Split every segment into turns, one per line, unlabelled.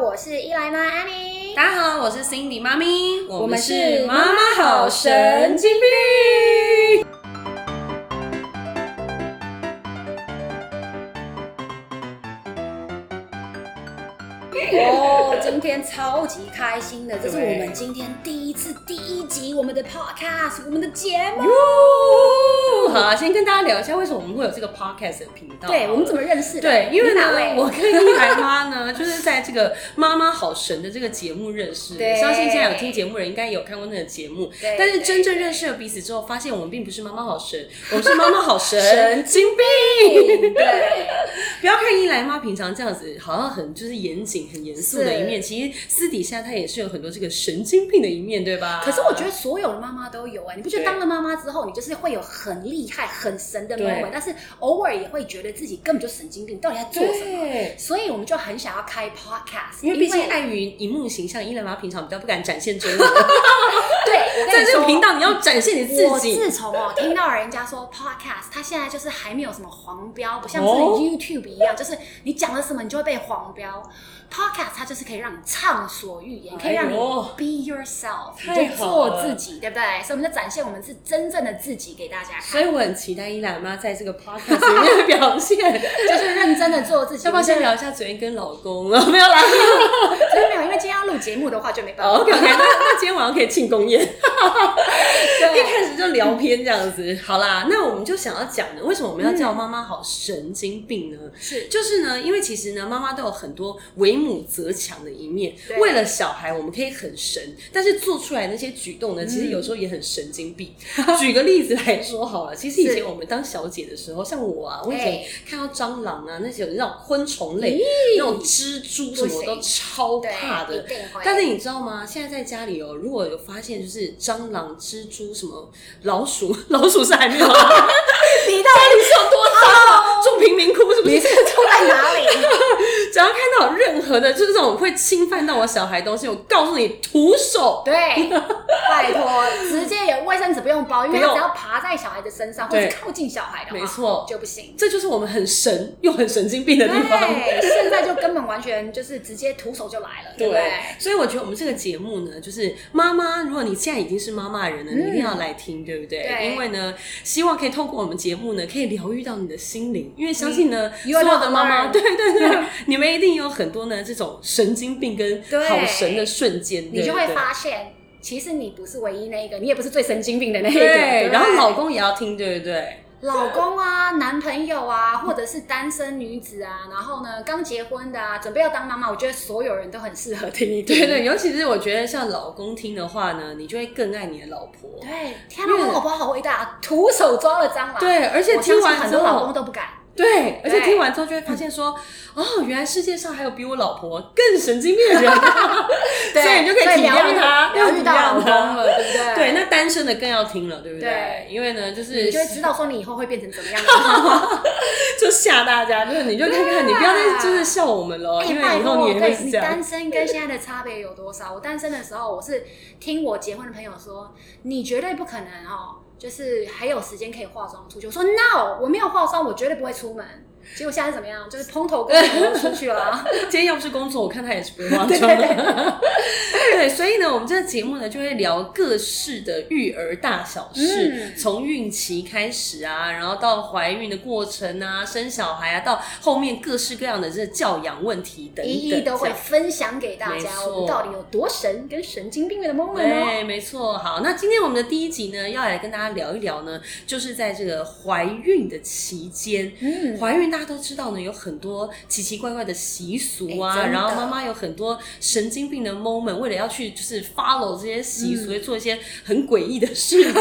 我是伊莱妈阿妮。
大家好，我是 Cindy 妈咪，我们是
妈妈好神
经病。
哦，今天超级开心的，这是我
对
们今天第一次第一集我们的 podcast，我们的节目。
哟，好啊，先跟大家聊一下为什么我们会有这个 podcast 的频道。
对，我们怎
么？
么认识的？
哦对，因为呢
你哪，位
我跟一来妈呢，就是在这个《妈妈好神》的这个节目认识的。
对
相信现在有听节目的人应该有看过那个节目，
对
但是
对
真正认识了彼此之后，发现我们并不是妈妈好神，我们是妈妈好神
神
经病。
对，
不要看伊莱妈平常这样子，好像很就是严谨、很严肃的一面，其实私底下她也是有很多这个神经病的一面，对吧？
可是我觉得所有的妈妈都有哎、你不觉得
对
当了妈妈之后，你就是会有很厉害、很神的
对
moment，但是偶尔也会觉得自己根本就神经病，到底在做什么？
对，
所以我们就很想要开 podcast，
因为毕竟碍于荧幕形象，伊莱妈平常比较不敢展现真 我。
对，我跟
在
你
这
说，
个频道，你要展现你
我
自己。
自从哦听到人家说 podcast，它现在就是还没有什么黄标，不像是
哦
YouTube 一样，就是你讲了什么你就会被黄标。podcast 它就是可以让你畅所欲言，可以让你
哎呦
be yourself，
太
你就做自己，对不对？所以我们就展现我们是真正的自己给大家
所以
看，
我很期待伊莱妈在这个 podcast 里面的 表现。
就是认真的做自己。
要不要先聊一下昨天跟老公啊？没 有啦。
所以没有，因为今天要录节目的话就没 办法。
OK OK，那那今天晚上可以庆功宴。一
对，
开始就聊偏这样子。好啦，那我们就想要讲的，为什么我们要叫妈妈好神经病呢？
嗯是
就是呢，因为其实呢，妈妈都有很多为母则强的一面
对。
为了小孩，我们可以很神，但是做出来那些举动呢，
嗯
其实有时候也很神经病。举个例子来说 好了，其实以
是
前我们当小姐的时候，像我啊，我以前
哎
看到蟑螂啊，那些有那种昆虫类、那种蜘蛛什么，我
不行
都超怕
对，
的
一。定会。
但是你知道吗？现在在家里哦，如果有发现就是蟑螂、蜘蛛什么老鼠， 老鼠是还没有啊，
你到底
你是有多脏啊？住贫民窟是不是？
出在哪里？
只要看到有任何的，就是这种会侵犯到我小孩的东西，我告诉你，徒手。
对，拜托，直接有卫生纸不用包，因为
不
它
用
只要爬在小孩的身上或
对
者靠近小孩的话，
没错
就不行。
这就是我们很神又很神经病的地方。
对，现在就根本完全就是直接徒手就来了，对不
对
对？，
所以我觉得我们这个节目呢，就是妈妈，如果你现在已经是妈妈的人了，你一定要来听，对不对？
嗯对
因为呢，希望可以透过我们节目呢，可以疗愈到你的心灵，因为相信呢，
嗯
所有的
You
妈
are
妈，
the
对对 对，你们一定有很多呢这种神经病跟
对
好神的瞬间，
你就会
对不对
发现，其实你不是唯一那一个，你也不是最神经病的那一个。
对，
对，
然后老。公也要听，对 不对？
老公啊，男朋友啊，或者是单身女子啊，然后呢，刚结婚的啊，准备要当妈妈，我觉得所有人都很适合听一听。
对对，尤其是我觉得像老公听的话呢，你就会更爱你的老婆。
对，天
因
哪，
为
我老婆好伟大，徒手抓了蟑螂。，
对，而且
我相
听
信
完
很
之
多老
后
公，都不敢。
对，而
对
且听完之后就会发现说，哦，原来世界上还有比我老婆更神经病的人，
对
所以你就可以体谅他，
疗愈
体
到老
谅
公
他。
了，对不 对？
对，那单身的更要听了，对不
对
因为呢，就是
你就会知道说你以后会变成怎么 样的。
就吓大家，就是你就看看，你不要
啊
再就是笑我们喽，因为以后
哎我
你也会
对
是
你
这样。
单身跟现在的差别有多少？我单身的时候，我是听我结婚的朋友说，你绝对不可能哦，就是还有时间可以化妆出去。我说 no，我没有化妆，我绝对不会出门。结果现在是怎么样？就是蓬头垢面地出去 了。
今天要不是工作，我看他也是不会化妆的。 对，所以呢，我们这个节目呢，就会聊各式的育儿大小事
嗯，
从孕期开始啊，然后到怀孕的过程啊，生小孩啊，到后面各式各样的这教养问题等等，
一一都
这
会
样
分享给大
没
家，
错
我们到底有多神跟神经病的 moment 哦。
对，哎没错。好，那今天我们的第一集呢，要来跟大家聊一聊呢，就是在这个怀孕的期间，
嗯，
怀孕大家都知道呢，有很多奇奇怪怪的习俗
哎
啊，
真的
然后妈妈有很多神经病的 moment，为了要去就是 follow 这些习俗，会、做一些很诡异的 事情。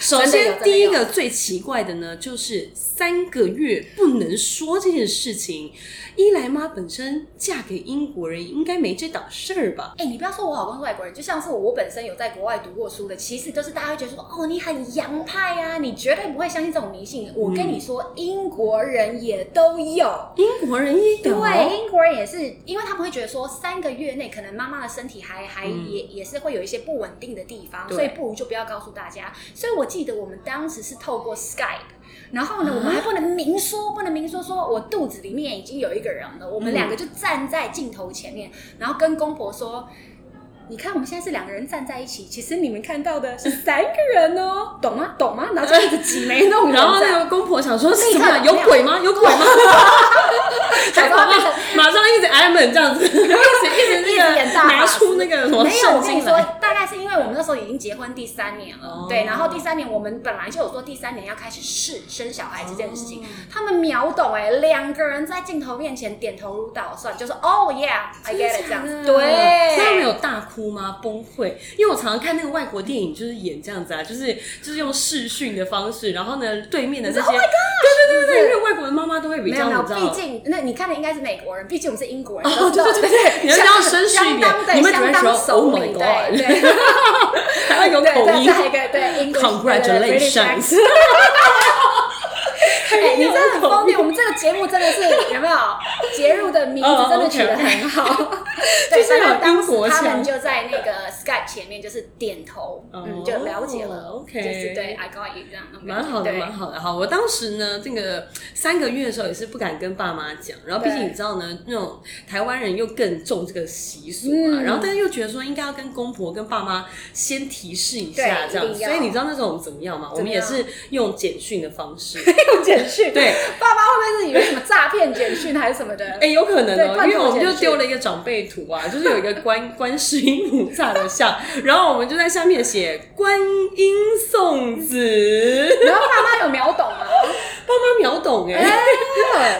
首
嗯真的有
先，
真的
第一
有
个最奇怪的呢，就是三个月不能说这件事情。伊莱妈本身嫁给英国人，应该没这档事儿吧？
哎、你不要说我老公是外国人，就像是我我本身有在国外读过书的，其实就是大家会觉得说，哦，你很洋派啊，你绝对不会相信这种迷信。我跟你说，英国人也都有。
英国人也有，
对，英国人也是，因为他们会觉得说，三个月内可能妈妈的身体还还
嗯
也、也是会有一些不稳定的地方，
对
所以不如就不要告诉大家。所以我记得我们当时是透过 Skype，然后呢，
啊
我们还不能明说，不能明说，说我肚子里面已经有一个人了。我们
嗯
两个就站在镜头前面，然后跟公婆说：“你看，我们现在是两个人站在一起，其实你们看到的是三个人 哦，懂吗？懂吗？”然后就一直挤眉弄眼这
啊然后
样，
那个公婆想说
立
什
刻
么？有鬼吗？有鬼吗？
假
还
装
马
变
上
成
马上一直挨门这样子，一直一直
一直
那
演
个
大法
拿
师
出那个什么
没有，我
圣
跟你
经
说
来。，
大概是因为我们那时候已经结婚第三年了，
哦
对，然后第三年我们本来就有说第三年要开始试生小孩子这件事情，
哦
他们秒懂哎、两个人在镜头面前点头如捣蒜，就说 Oh yeah，I get it 这样子，对，
那没有大哭吗？崩溃，因为我常常看那个外国电影，就是演这样子啊，就是就是用视讯的方式，然后呢，对面的这些，对对对对，因为外国的妈妈都会比
没有没有，
较，你知
毕
道。
竟那你看的应该是美国人，毕竟我们是英国人，
哦对对对
对
你们要绅士一点你们只会
相
说
当熟
Oh my
女，
God
对对，
还 要有
对，
口
再
音
再一个对 English，对对对，British accent
，Congratulations！
哎、你真的很
疯
疯癫！我们这个节目真的是有 没有节目的名字真的取得很好，对，
哦就是有
反正当
英国
时他
腔
们就在那个 Skype 前面就是点头，嗯，就了解了
哦，OK
就是对 I got you 这样，那种感
蛮
觉
好的，
对
蛮好的。好，我当时呢，这个三个月的时候也是不敢跟爸妈讲，然后毕竟
对
你知道呢，那种台湾人又更重这个习俗嘛，
嗯
然后但是又觉得说应该要跟公婆、跟爸妈先提示一下
对
这样，
一定
所
要
以你知道那时候我们怎么样吗？我
怎
们
么
也
样
是用简讯的方式，
用简讯，
对，
爸妈会不会是以为什么诈骗简讯还是什么的？
哎、有可能
对
哦、
罐头
因为我们就
简讯
丢了一个长辈图啊，就是有一个观 观世音菩萨的像，然后我们就在下面写观音送子，
然后爸妈有秒懂啊吗？
爸妈秒懂哎、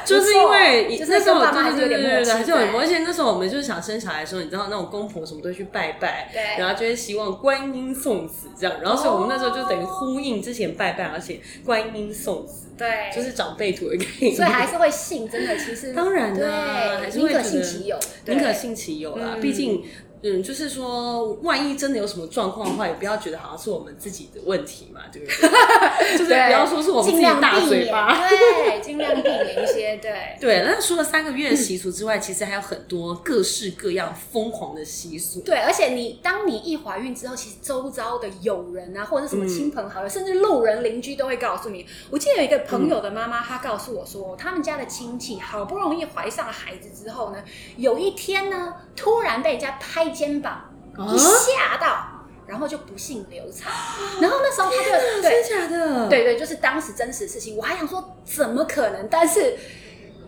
就是因为
不错就
那
是
时候
跟爸妈
对
还
对
是有
对对
点默契
对对，
在，
还是有点默契而且那时候我们就是想生小孩的时候，你知道那种公婆什么都会去拜拜，
对
然后就会希望观音送子这样，然后所以我们那时候就等于呼应之前拜拜，而且观音送子
对，
就是长辈图的概念，
所以还是会信，真的其实
当然
对
啦还，是
宁
会
可
觉
信
得
其有，对
宁可信其有啦，
嗯
毕竟。嗯，就是说，万一真的有什么状况的话，也不要觉得好像是我们自己的问题嘛，对不 对？就是不
对
要说是我们自
尽
己
量
大
避
嘴
免，
巴。
对，尽量避免一些，对，
对，那除了三个月的习俗之外，其实还有很多各式各样疯狂的习俗。
对，而且你当你一怀孕之后，其实周遭的友人啊，或者是什
嗯
么亲朋好友，甚至路人邻居都会告诉你。我记得有一个朋
嗯
友的妈妈，她告诉我说，他们家的亲戚好不容易怀上孩子之后呢，有一天呢，突然被人家拍肩膀，
啊
一吓到，然后就不幸流产。然后那时候她就对
真假的？，
对对，就是当时真实事情。我还想说，怎么可能？但是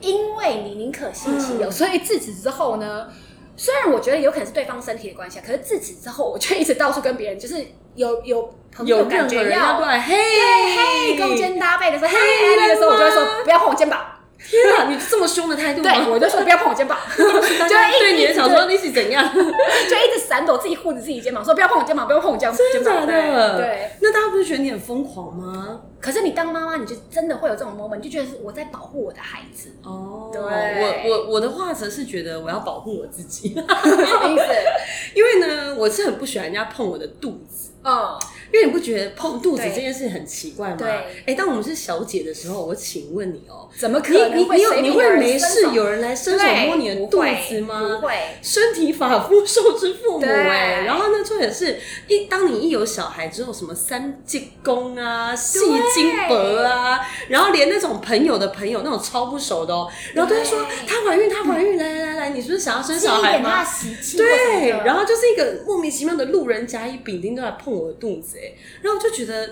因为你宁可信其有，
嗯
所以自此之后呢，虽然我觉得有可能是对方身体的关系啊，可是自此之后，我就一直到处跟别人，就是有有朋友
有任
感
何
觉
人要过
要哎
来，嘿，
嘿勾肩搭背的时候，嘿，
嘿
那个时候我就会
人
说不要碰我肩膀，
天啊，你这么凶的态度吗？
对我 就说不要碰我肩膀，
大
就
家
一
对你
一
也
直
想说你是怎样？
就一直闪躲自己护着自己肩膀，说不要碰我肩膀，不要碰我肩膀，
真假的？
对对。
那大家不是觉得你很疯狂吗？
可是你当妈妈，你就真的会有这种 moment，你就觉得是我在保护我的孩 子，
哦，
对
我我我的话则是觉得我要保护我自己，
什么意思？
因为呢，我是很不喜欢人家碰我的肚子。
嗯。
因为你不觉得碰肚子
对
这件事很奇怪吗？
对
哎、当我们是小姐的时候，我请问你哦、
怎么可
你
能
你你有
随
你
便有
会
人
没
伸
事
手
有人来伸手
对
摸你的
不
肚
会
子吗
不？会，
身体发肤受之父母
对
哎、然后呢，重点是一当你一有小孩之后，什么三季宫啊、戏精伯啊，然后连那种朋友的朋友那种超不熟的哦、然后都会说
对
她怀孕，她怀孕，来来来来，你是不是想要生小
一
孩
点他
吗
的？习气或什么
对，
的
然后就是一个莫名其妙的路人甲乙丙丁都来碰我的肚子、哎，然后我就觉得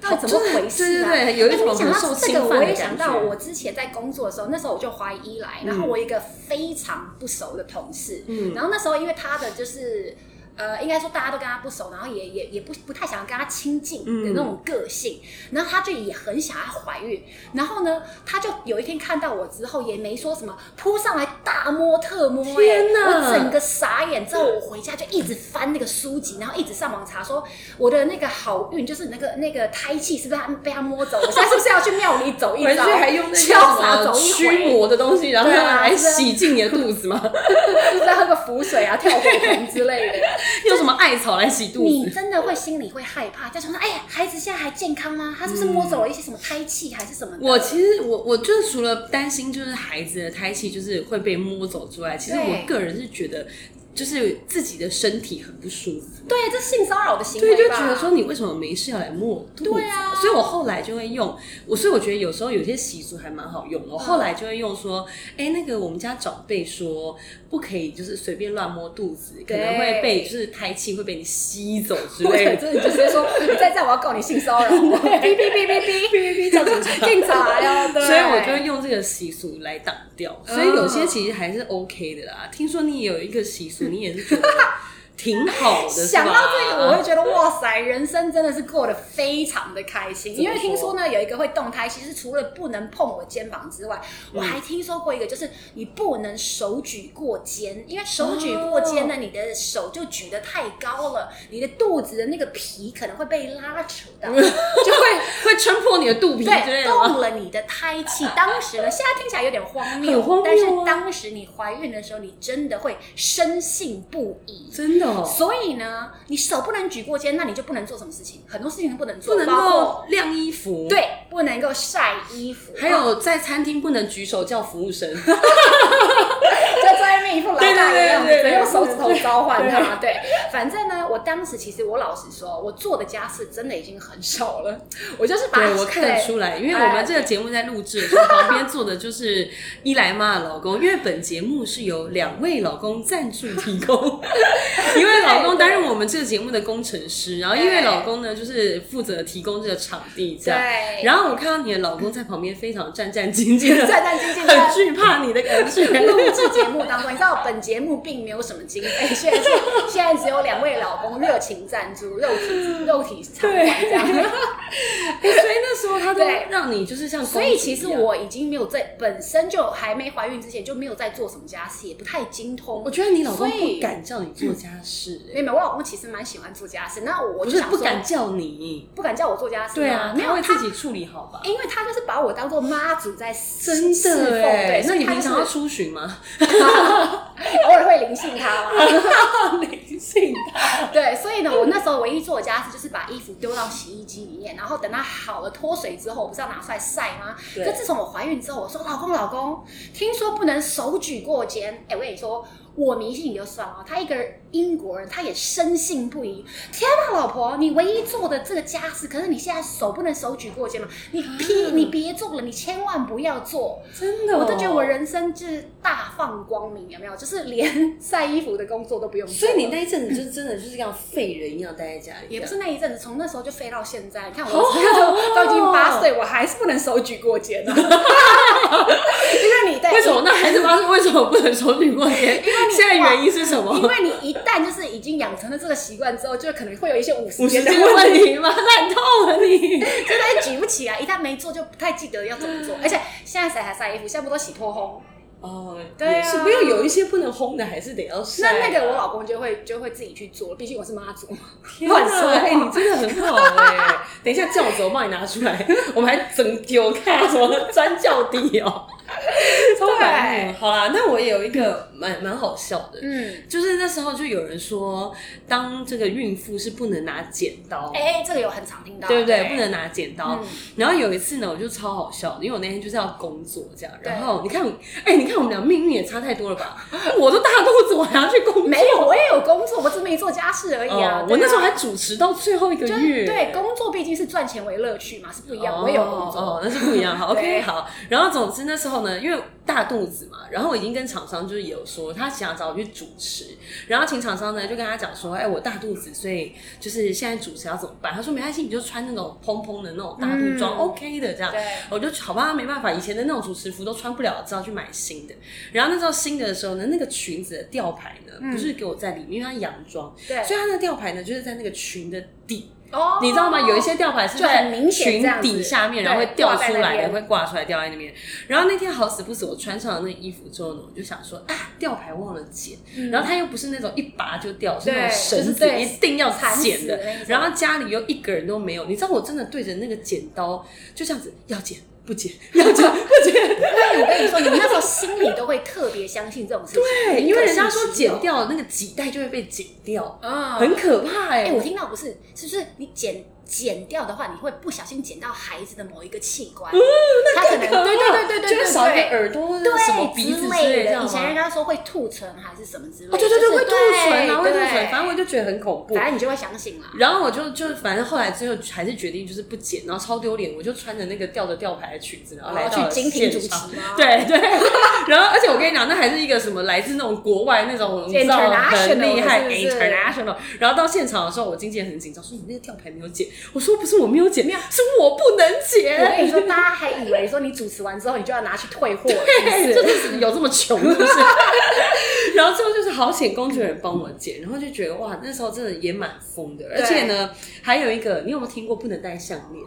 到底怎么回事啊？
对对对，有一种
哎
很
你讲
受
到
侵
这个，
犯
我
的
也想
感
到我
觉。
之前在工作的时候，那时候我就怀疑来，然后
嗯
我有一个非常不熟的同事，
嗯
然后那时候因为他的就是。呃，应该说大家都跟他不熟，然后也也也不不太想要跟他亲近的那
嗯
种个性，然后他就也很想要怀孕，然后呢，他就有一天看到我之后也没说什么，扑上来大摸特摸、哎
天哪
我整个傻眼。之后我回家就一直翻那个书籍，然后一直上网查说我的那个好运，就是那个那个胎气是不是他被他摸走？我现在是不是要去庙里走一
回去
遭？
还用那些
潇洒
什么
走一
驱
回，
魔的东西，然后
对啊
来
是啊
洗净你的肚子吗？
再喝个符水啊，跳火盆之类的。
用什么艾草来洗肚
你
子？
真的会心里会害怕，就想说，哎呀，孩子现在还健康吗？他是不是摸走了一些什么胎气还是什么的？
我其实我我就是除了担心就是孩子的胎气就是会被摸走之外，其实
对
我个人是觉得就是自己的身体很不舒服，
对，这是性骚扰的行
所以
为
就
吧
觉得说你为什么没事要来摸我肚子？
对啊
所以我后来就会用我，所以我觉得有时候有些习俗还蛮好用
嗯
的。我后来就会用说，哎、那个我们家长辈说不可以就是随便乱摸肚子，可
对
能会被就是胎气会被你吸走之类
对，
的。
真的就是说，你再这样，我要告你性骚扰，哔哔哔哔哔哔哔，叫警察，警察呀，对。嗯
所以我就用这个习俗来挡掉，所以有些其实还是 OK 的啦。听说你也有一个习俗，你也是觉得挺好的，是吧
想到这个，我会觉得哇塞，人生真的是过得非常的开心。
怎么
因
说
为听说呢，有一个会动胎，其实除了不能碰我肩膀之外，
嗯
我还听说过一个，就是你不能手举过肩，因为手举过肩
哦
呢，你的手就举得太高了，你的肚子的那个皮可能会被拉扯到，
嗯
就会
会撑破你的 肚皮之类
对，
的吗？
动了你的胎气。当时呢，现在听起来有点荒谬，
很荒谬啊
但是当时你怀孕的时候，你真的会深信不疑。
真的、哦，
所以呢，你手不能举过肩，那你就不能做什么事情，很多事情都不能做，
不能
包括
够晾衣服，，
对，不能够晒衣服，哦
还有在餐厅不能举手叫服务生，
就在外面一副老
对
大的
对
样子，
对对对
用手指头召唤 他。对，反正呢，我当时其实我老实说，我做的家事真的已经很少了，我就是把
对我看得
哎对
出来，因为我们这个节目在录制 的时候，旁边坐的就是伊莱妈的老公，因为本节目是由两位老公赞助提供， 一位老公担任我们这个节目的工程师，然后一位老公呢就是负责提供这个场地这样。
对，
然后我看到你的老公在旁边非常战战兢兢 的，
战战兢兢的
很惧怕你的 感觉。
录制节目当中，你知道本节目并没有什么经费，现在是现在只有两位老公热情赞助，肉体肉体场馆这 样。
所以那时候他都
对
让你就是像公主
所
一样，
以其实我已经没有在本身就还没怀孕之前就没有在做什么家事，也不太精通
我。觉得你老
所
公
以
不敢叫你做家事、
没
欸，
有，没有我老公其实蛮喜欢做家事，那我
不
就是想
不
说
敢叫你，
不敢叫我做家事吗，
对啊，
没
他
有
会
他，
自己处理好吧？
因为他就是把我当做妈祖在 侍
真
侍奉，
的哎、
对，
那
所以
你
他
平
就是
常要出巡吗？
偶尔会灵性他吗？
灵性
对，所以呢，我那时候唯一做的家事就是把衣服丢到洗衣机里面，然后等它好了脱水之后，我不是要拿出来晒吗？
对
可自从我怀孕之后，我说老公老公，听说不能手举过肩，哎，我跟你说。我迷信也就算了，他一个英国人，他也深信不疑。天哪，老婆，你唯一做的这个家事，可是你现在手不能手举过肩嘛？
啊
你屁，你别做了，你千万不要做。
真的哦、
我都觉得我人生就是大放光明，有没有？就是连晒衣服的工作都不用做
所
了。
以你那一阵子就真的就是像废人一样待在家里，
也不是那一阵子，从那时候就飞到现在。你看我
好好哦
都都已经八岁，我还是不能手举过肩 呢。因为你在
为什么？那孩子发生为什么不能手举过肩？ 现在原因是什
因
么？
为你一旦就是已经养成了这个习惯之后，就可能会有一些五十
五十
肩的
肩的
问
问
题，
题吗？烂透了你！
真的举不起来。一旦没做，就不太记得要怎么做。而且现在谁还晒衣服？现在不都洗脱烘？
哦，
对啊
也是，不要有一些不能烘的，还是得要晒
那
啊。
那个我老公就会就会自己去做，毕竟我是妈祖嘛。
天 哪
乱说话
哎、你真的很好哎、等一下教子我帮你拿出来，我们还整丢看什么钻教底哦、超白目。好啦，那我也有一个蛮蛮好笑的，
嗯，
就是那时候就有人说，当这个孕妇是不能拿剪刀。
哎、这个有很常听到，
对不对？不能拿剪刀。
嗯
然后有一次呢，我就超好笑的，因为我那天就是要工作这样。
对
然后你看，哎、你看我们俩命运也差太多了吧？我都大肚子，我还要去工作。
没有，我也有工作，我只是没做家事而已啊。
哦
对啊
我那时候还主持到最后一个
就是
月。
对工作毕竟是赚钱为乐趣嘛，是不一样。我也有工作，
哦，哦那是不 一样。好
对
，OK，好。然后总之那时候呢，因为大肚子嘛，然后我已经跟厂商就是有说，他想找我去主持，然后请厂商呢就跟他讲说，哎、我大肚子，所以就是现在主持要怎么办？他说没关系，你就穿那种蓬蓬的那种大肚装、
嗯
o k 的这样。
对
我就好吧，没办法，以前的那种主持服都穿不了，只好去买新的。然后那时候新的的时候呢，那个裙子的吊牌呢，不是给我在里面，因为它洋装，
对
所以它的吊牌呢就是在那个裙的底
哦
你知道吗？有一些吊牌是
就很
在
明显
裙
这样子
底下面，然后会
对
掉
挂在
出
那
来的，
边
会挂出来掉在那边。然后那天好死不死，我穿上了那个衣服之后呢，我就想说啊，吊牌忘了剪。然后它又不是那种一拔就掉，是那
对
种绳
就是
子
嗯对
一定要
缠死
剪的
的那种。
然后家里又一个人都没有，你知道我真的对着那个剪刀就这样子要剪不剪，要剪不剪。
对，我跟你说，你那时候心里都会特别相信这种事情，
对，因为人家说剪
掉，
掉那个几代就会被剪掉，
嗯，
很可怕哎、
哎、我听到不是，是不是你剪剪掉的话，你会不小心剪到孩子的某一个器
嗯
官，他可能对对对对对
就是少一个
对对。
耳朵，
对
什么鼻
之
子
类
类
的，以前人
吗？
家说会吐唇还是什么之类的，
哦，对对对，
就
会
是
吐唇啊，会吐
对
唇，反正我就觉得很恐怖。
反正你就会相信啦。
然后我就就反正后来最后还是决定就是不剪，然后超丢脸，我就穿着那个吊着吊牌的裙子，然后来
然
到
后
了
哦去精品主持
现场。
吗？
对 对，然后而且我跟你讲，那还是一个什么来自那种国外那种，你知道
International
很厉害
是不是
international。然后到现场的时候，我经纪人很紧张，说你那个吊牌没有剪。我说不是我没有剪，是我不能
我跟
剪。
你说，大家还以为说你主持完之后，你就要拿去退货，
哎，
是
真
不
的
是？
是有这么穷，是不是？然后最后就是好险，工作人员帮我剪，然后就觉得哇，那时候真的也蛮疯的。而且呢，还有一个，你有没有听过不能戴项链？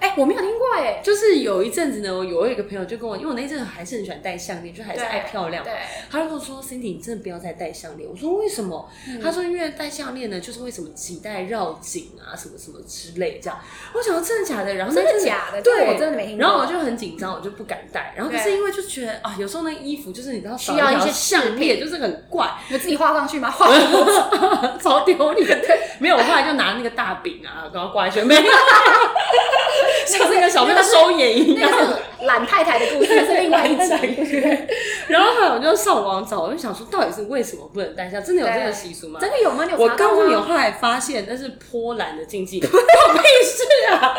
哎、我没有听过哎、
就是有一阵子呢，我有一个朋友就跟我，因为我那一阵子还是很喜欢戴项链，就还
对
是爱漂亮嘛。
对，
他就跟我说：“Cindy，你真的不要再戴项链。”我说：“为什么？”
嗯
他说：“因为戴项链呢，就是为什么脐带绕颈啊，什么什么之类这样。”我想说真的假的？然后那
真的
阵子
假的？
对，
这个我真的没听过。
然后我就很紧张，我就不敢戴。然后可是
对
因为就觉得啊，有时候那衣服就是你知道
需要一些
项链，就是很怪，
我自己画上去吗？画上去
超丢脸。 没有，我后来就拿那个大饼啊，然后挂在身边， 像那个小朋友收眼一
那
样。
个是懒太太的故事，是另外 一
懒太
集。
然后后来我就上网找，我就想说到底是为什么不能戴下？真的有这个
对
习俗吗？
真的有吗？你有
我
查到
告诉你，我
吗？
后来发现那是波兰的禁忌， 关我屁事啊！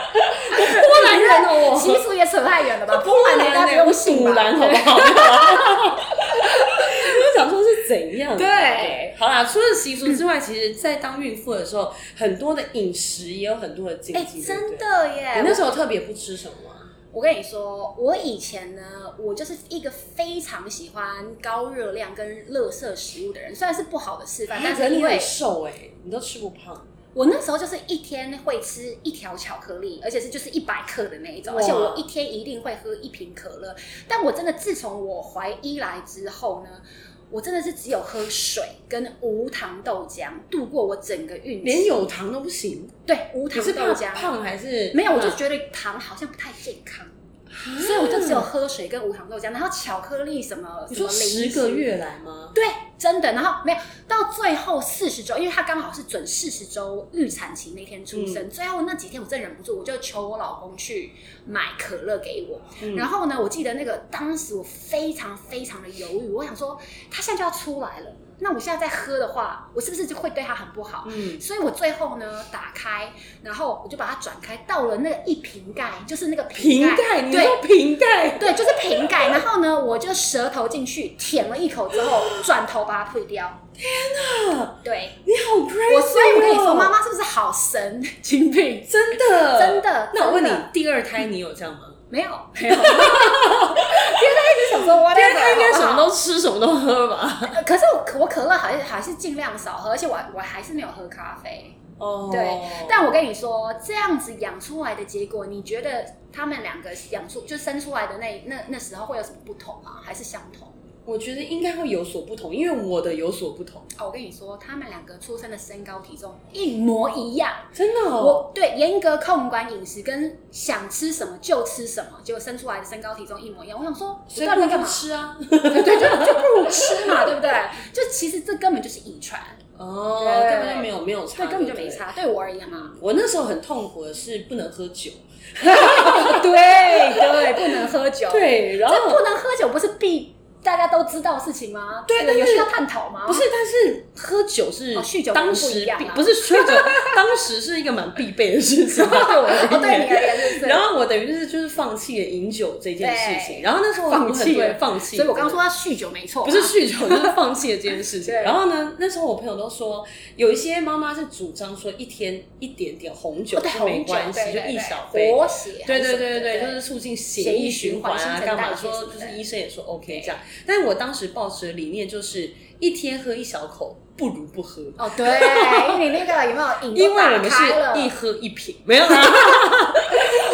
波兰人哦，我
习俗也扯太远了吧？
波兰
人家不
人哦
用
我
信
数
吧
兰好不好？ 我想说是怎样？
对，
好啦，除了习俗之外，其实，在当孕妇的时候，很多的饮食也有很多的禁
哎、
忌。对不
真
对，
的耶！
你那时候特别不吃什么啊？
我跟你说，我以前呢，我就是一个非常喜欢高热量跟垃圾食物的人，虽然是不好的示范，但
可
是
你
因为
很瘦哎，你都吃不胖，
我那时候就是一天会吃一条巧克力，而且是就是一百克的那一种，
哇
而且我一天一定会喝一瓶可乐。但我真的自从我怀一来之后呢，我真的是只有喝水跟无糖豆浆度过我整个孕期。
连有糖都不行。
对无
你
糖
是
豆
怕
浆
胖还是
没有，我就觉得糖好像不太健康，所以我就只有喝水跟无糖豆浆，然后巧克力什么。
嗯你说
什么
十
零食
个月来吗？
对，真的。然后没有到最后四十周，因为他刚好是准四十周预产期那天出
嗯
生，最后那几天我真忍不住，我就求我老公去买可乐给我。
嗯
然后呢，我记得那个当时我非常非常的犹豫，我想说他现在就要出来了，那我现在再喝的话，我是不是就会对他很不好？
嗯，
所以我最后呢打开，然后我就把它转开，到了那个一瓶盖，就是那个
瓶
盖，
盖，你
对
说瓶盖，
对，就是瓶盖。然后呢，我就舌头进去舔了一口之后，转头把它吐掉。天哪！对，
你好 crazy！
我所以我跟你
哦
说，妈妈是不是好神经病？
真的
真的
那我问你
真的，
第二胎你有这样吗？
没有，没有。第二 胎一直想说，
第二胎应该什么都吃，什么都喝吧？
都。呃可是我可我可乐还是还是尽量少喝，而且我还我还是没有喝咖啡。
哦
对，但我跟你说，这样子养出来的结果，你觉得他们两个养出就生出来的那那那时候会有什么不同吗？还是相同？
我觉得应该会有所不同，因为我的有所不同，
哦，我跟你说，他们两个出生的身高体重一模一样。
真的哦。
我对严格控管饮食，跟想吃什么就吃什么，结果生出来的身高体重一模一样。我想说，
所以
我到底在
不
干
能
嘛？
吃啊！
对，就就不如吃嘛，对不对？就其实这根本就是遗传，
哦，
对
根本就没有没有差，
对，根本就
对
没
不对。
差。对我而言 嘛，
我那时候很痛苦的是不能喝酒，
对对，不能喝酒，
对，然
这
后
不能喝酒不是必大家都知道的事情吗？
对
这个有
但是
需要探讨吗？
不是，，但是喝酒是
哦酗酒
当
不
时
一样
必
啊
不是酗酒， 当时是一个蛮必备的事情，啊 对我而
哦， 对
言
你而言是不是
然后我等于就是就是放弃了饮酒这件事情，
对
然后那时候我很
放弃
对
了
放弃，
所以我刚刚说他酗酒没错嘛，
不是酗酒，就是放弃了这件事 情。
对
然后呢，那时候我朋友都说，有一些妈妈是主张说一天一点点红酒
哦对
是没关系，
红酒
就
对
一
对
小
对
杯。
活血还
对
是什
对
么的，
对对对，就
对
是促进血液循环
血液
啊，
循环
干嘛
新陈代谢
说
什么
就
的
是医生也说 OK 这样。但是我当时抱持的理念就是一天喝一小口，不如不喝。
哦对，因为你那个有没 有瘾？
因为我们是
了。
一喝一瓶，没有啊？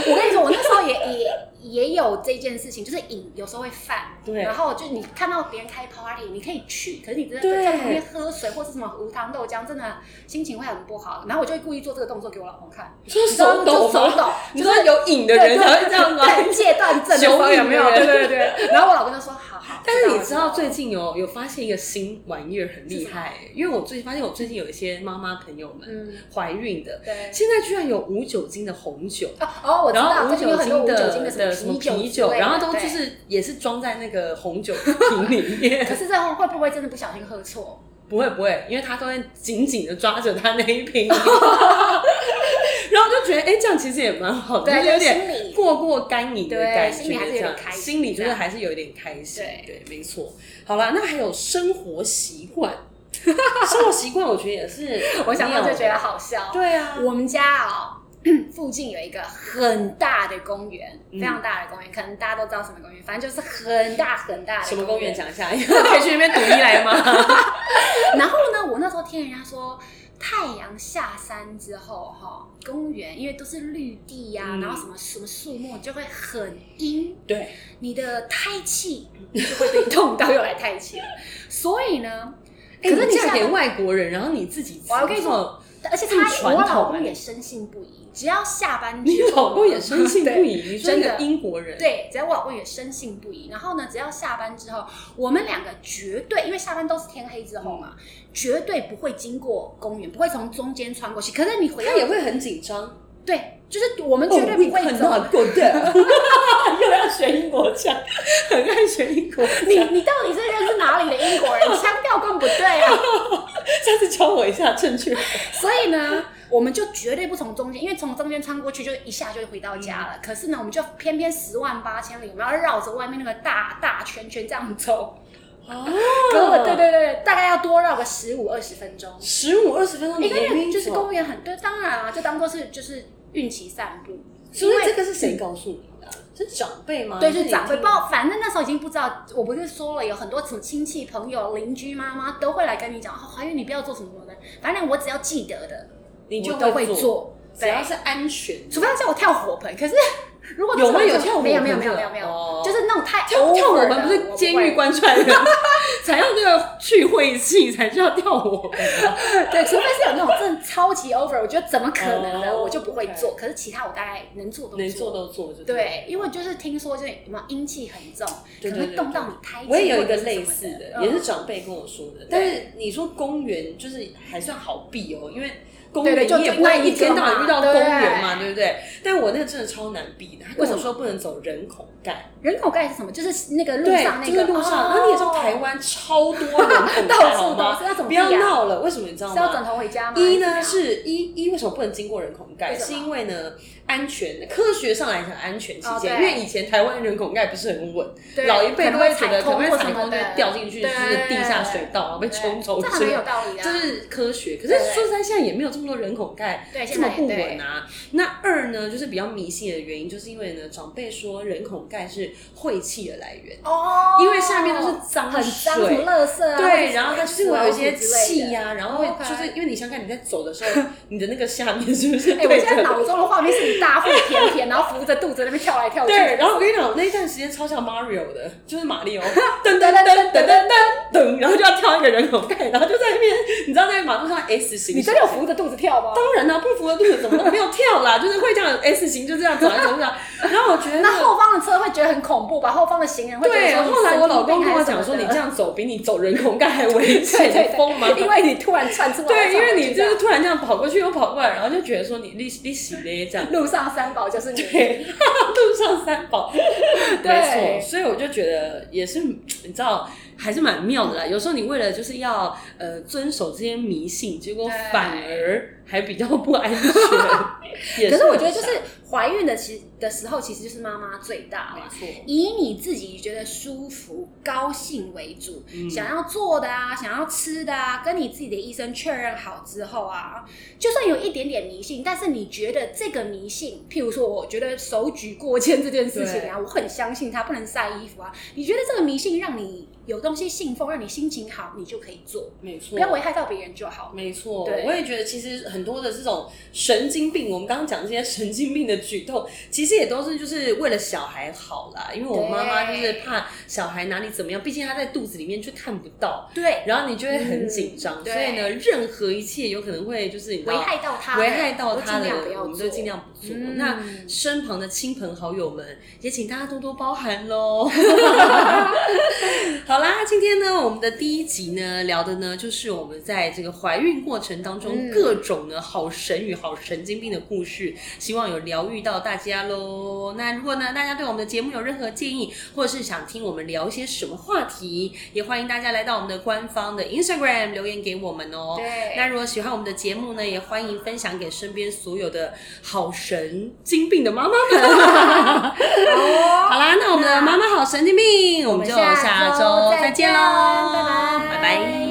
我跟你说，我那时候也也。也有这件事情，就是瘾有时候会犯，
对
然后就你看到别人开 party，你可以去，可是你真
对
的在旁边喝水或是什么无糖豆浆，真的心情会很不好。然后我就会故意做这个动作给我老公看，
说
你知道
手抖
就手
吗？
抖，
你说有瘾的
对
人
对
才会这样吗？
对，戒断症的时
酒
候
瘾
有没有？
的人
对对对。然后我老公就说：“好好好。
但是你知
知道
道最近有有发现一个新玩意儿很厉害，因为我最发现我最近有一些妈妈朋友们
嗯，
怀孕的，
对。
现在居然有无酒精的红酒，
啊哦，我知
然
道，
后
最近有很多
精
无酒
的
精
的
什么
么
酒
啤
之类的
然后都
对
就是也是装在那个红酒瓶里面
可。是这会不会真的不小心喝错？
不会不会，因为他都会紧紧的抓着他那一瓶， 然后就觉得哎、诶这样其实也蛮好的，
对，
就是有点
心理
过过干瘾的
对
感觉，
心里还是有点开心
心里就
这
是
样
还是有一点开心，
对
没错。好啦，那还有生活习 惯，生活习惯我觉得也是，
我想到就觉得，好笑。
对啊，
我们家哦， 附近有一个很大的公园，
嗯
非常大的公园，可能大家都知道什么公园，反正就是很大很大的
什么公园
讲？
讲一下，因为可以去那边读一来吗？
然后呢，我那时候听人家说，太阳下山之后哈、公园因为都是绿地呀、
嗯
然后什么什么树木就会很阴，
对，
你的胎气就会被冻到，又来胎气 了。所以呢，
可
哎可是
是你
你
嫁
下
给
班
外国人，然后你自己，
我还跟你
说，
而且
这么
他
传
我
统
老公
欸
也深信不疑，只要下班
你
之 后，
老公也深信不疑，你说
真
一
的
个英国人，
对，只要我老公也深信不疑。然后呢，只要下班之后，我们两个绝对，因为下班都是天黑之后嘛，绝对不会经过公园，不会从中间穿过去。可是你回到
他也会很紧张。Oh,
对，就是哦我们绝对不会走。
过 的，又要学英国腔，很爱学英国腔。
你你到底这个是哪里的英 国人？腔调更不对啊！
下次教我一下正确。
所以呢，我们就绝对不从中间，因为从中间穿过去就一下就回到家了。可是呢，我们就偏偏十万八千里，我们要绕着外面那个大大圈圈这样走。
哦，
可对，对对，大概要多绕个十五二十分钟。
十五二十分钟你
一个
嗯也愿
月
意
就是
走，
公园很对，当然啊，就当做是就是孕期散步。
所以
因为
嗯
嗯
这个是谁告诉你的啊？是长辈吗？
对，
还
就是长辈，
你
不知道，反正那时候已经不知道，我不是说了，有很多什么亲戚、朋友、邻居、妈妈都会来跟你讲，哦，怀孕你不要做什么什么的，反正我只要记得的，
你就
我都会
做，
做，
只
对
要，是安全的。
除非他叫我跳火盆，可 是如果
有
没
吗？有跳舞？
没有没有没有没有没有，
有
就是那种太
跳跳
over
舞
的
们不
我
是
会
监狱关出来的人， 才用这个去晦气，才叫跳舞。
对，除非是有那种真的超级 over，我觉得怎么可能呢？
哦
我就不会做，可是其他我大概能做都
能做都做，就
对，因为就是听说就是有没有阴气很重，可
对
能
对
会
对
动
对
到你胎。
我也有一个类似的，也是
嗯
长辈跟我说的。但是你说公园就是还算好避哦，因为公
对对
园
就
你也
就
不
那
会
一
一天
个
到晚
嘛
遇到
对
公园嘛，对不对？但我那个真的超难避的，他
为
跟
什
我
么
说不能走人口盖，
人口盖是什么？就是那个路
对
上，那
就
个
是路上，
哦
然后你也知道台湾超多人 口
到
盖，
处
好吗
都是要怎么？
不
避啊
要闹了，为什么你知道
是要转
吗？
头回家吗？还
一呢
怎么样
是一一为什么不能经过人孔盖？
为什么
是因为呢安全，科学上来讲安全起
哦
见，因
对
为以前台湾人孔盖不是很稳，
对
老一辈
可
都
能
会觉得
踩
可能
或
会
什
踩
么
空就
的
掉进去，
对
就是地下水道，啊然后被
对
冲走
这还
之
蛮
类
有
的。
道理的啊，
这是科学，可是
对
说实在，现在也没有这么多人口盖
对
这
现
么
在也
不稳啊。那二呢，就是比较迷信的原因，就是因为呢，长辈说人口盖是晦气的来源，
哦，
因为下面都是脏
很脏，什么
水。
垃圾啊，或者
对，
是
然后它就是会有一些
啊
气呀、然后会
OK
就是因为你想想看你在走的时候，你的那个下面是不是
哎，我
对
现在
着？
脑中的画面是你大腹便 便，然后扶着肚子在那边跳来跳去，
对，然后我跟你讲，我那一段时间超像 Mario 的，就是马 里奥，噔噔噔噔噔噔噔，然后就要跳一个人口盖，然后就在那边，你知道在马路上 S 型，
你真的有扶着肚子跳吗？
当然啦、啊不服的肚子怎么都没有跳啦，就是会这样 S 型就这样走来走去啊。然后我觉得
那
那
后方的车会觉得很恐怖吧？后方的行人会觉
对，
得说
后来我老公跟我
你神经病还是
讲说，
什么
你
的
这样走比你走人孔盖还危
对对
险，
对
你疯 吗？
因为你突然窜出来，
对，因为你
这
就是突然这样跑过去又跑过来，然后就觉得说你你你洗嘞这样。
路上三宝就是你，
对， 路上三宝，没
对
错，所以我就觉得也是，你知道，还是蛮妙的
嗯
啦。有时候你为了就是要呃遵守这些迷信，结果
对
反而还比较不安全。也
可是我觉得
很
就
傻
是怀孕的其的时候，其实就是妈妈最大
没
了。
错，
以你自己觉得舒服、高兴为主，
嗯
想要做的啊，想要吃的啊，跟你自己的医生确认好之后啊，就算有一点点迷信，但是你觉得这个迷信，譬如说，我觉得手举过肩这件事情啊，我很相信它不能晒衣服啊，你觉得这个迷信让你有东西信奉，让你心情好，你就可以做，
没错，
不要危害到别人就好。
没错，
对
我也觉得其实很多的这种神经病，我们刚刚讲这些神经病的举动，其实也都是就是为了小孩好啦。因为我妈妈就是怕小孩哪里怎么样，毕竟他在肚子里面却看不到，
对，
然后你就会很紧张。
嗯
所以呢，任何一切有可能会就是你知道
危害到他的，
危害到
我
他
尽
的
量不，要
我们就
做，
尽量不做。
嗯
那身旁的亲朋好友们，也请大家多多包 涵喽。好啦，今天呢，我们的第一集呢，聊的呢，就是我们在这个怀孕过程当中
嗯
各种呢好神与好神经病的故事，希望有疗愈到大家喽。那如果呢，大家对我们的节目有任何建议，或者是想听我们聊一些什么话题，也欢迎大家来到我们的官方的 Instagram 留言给我们哦。
对，
那如 果喜欢我们的节目呢，也欢迎分享给身边所有的好神经病的妈妈们。好啊啦，那我们的妈妈好神经病，我
我们
们就
下
下
周
周再见喽，
拜拜，
拜拜。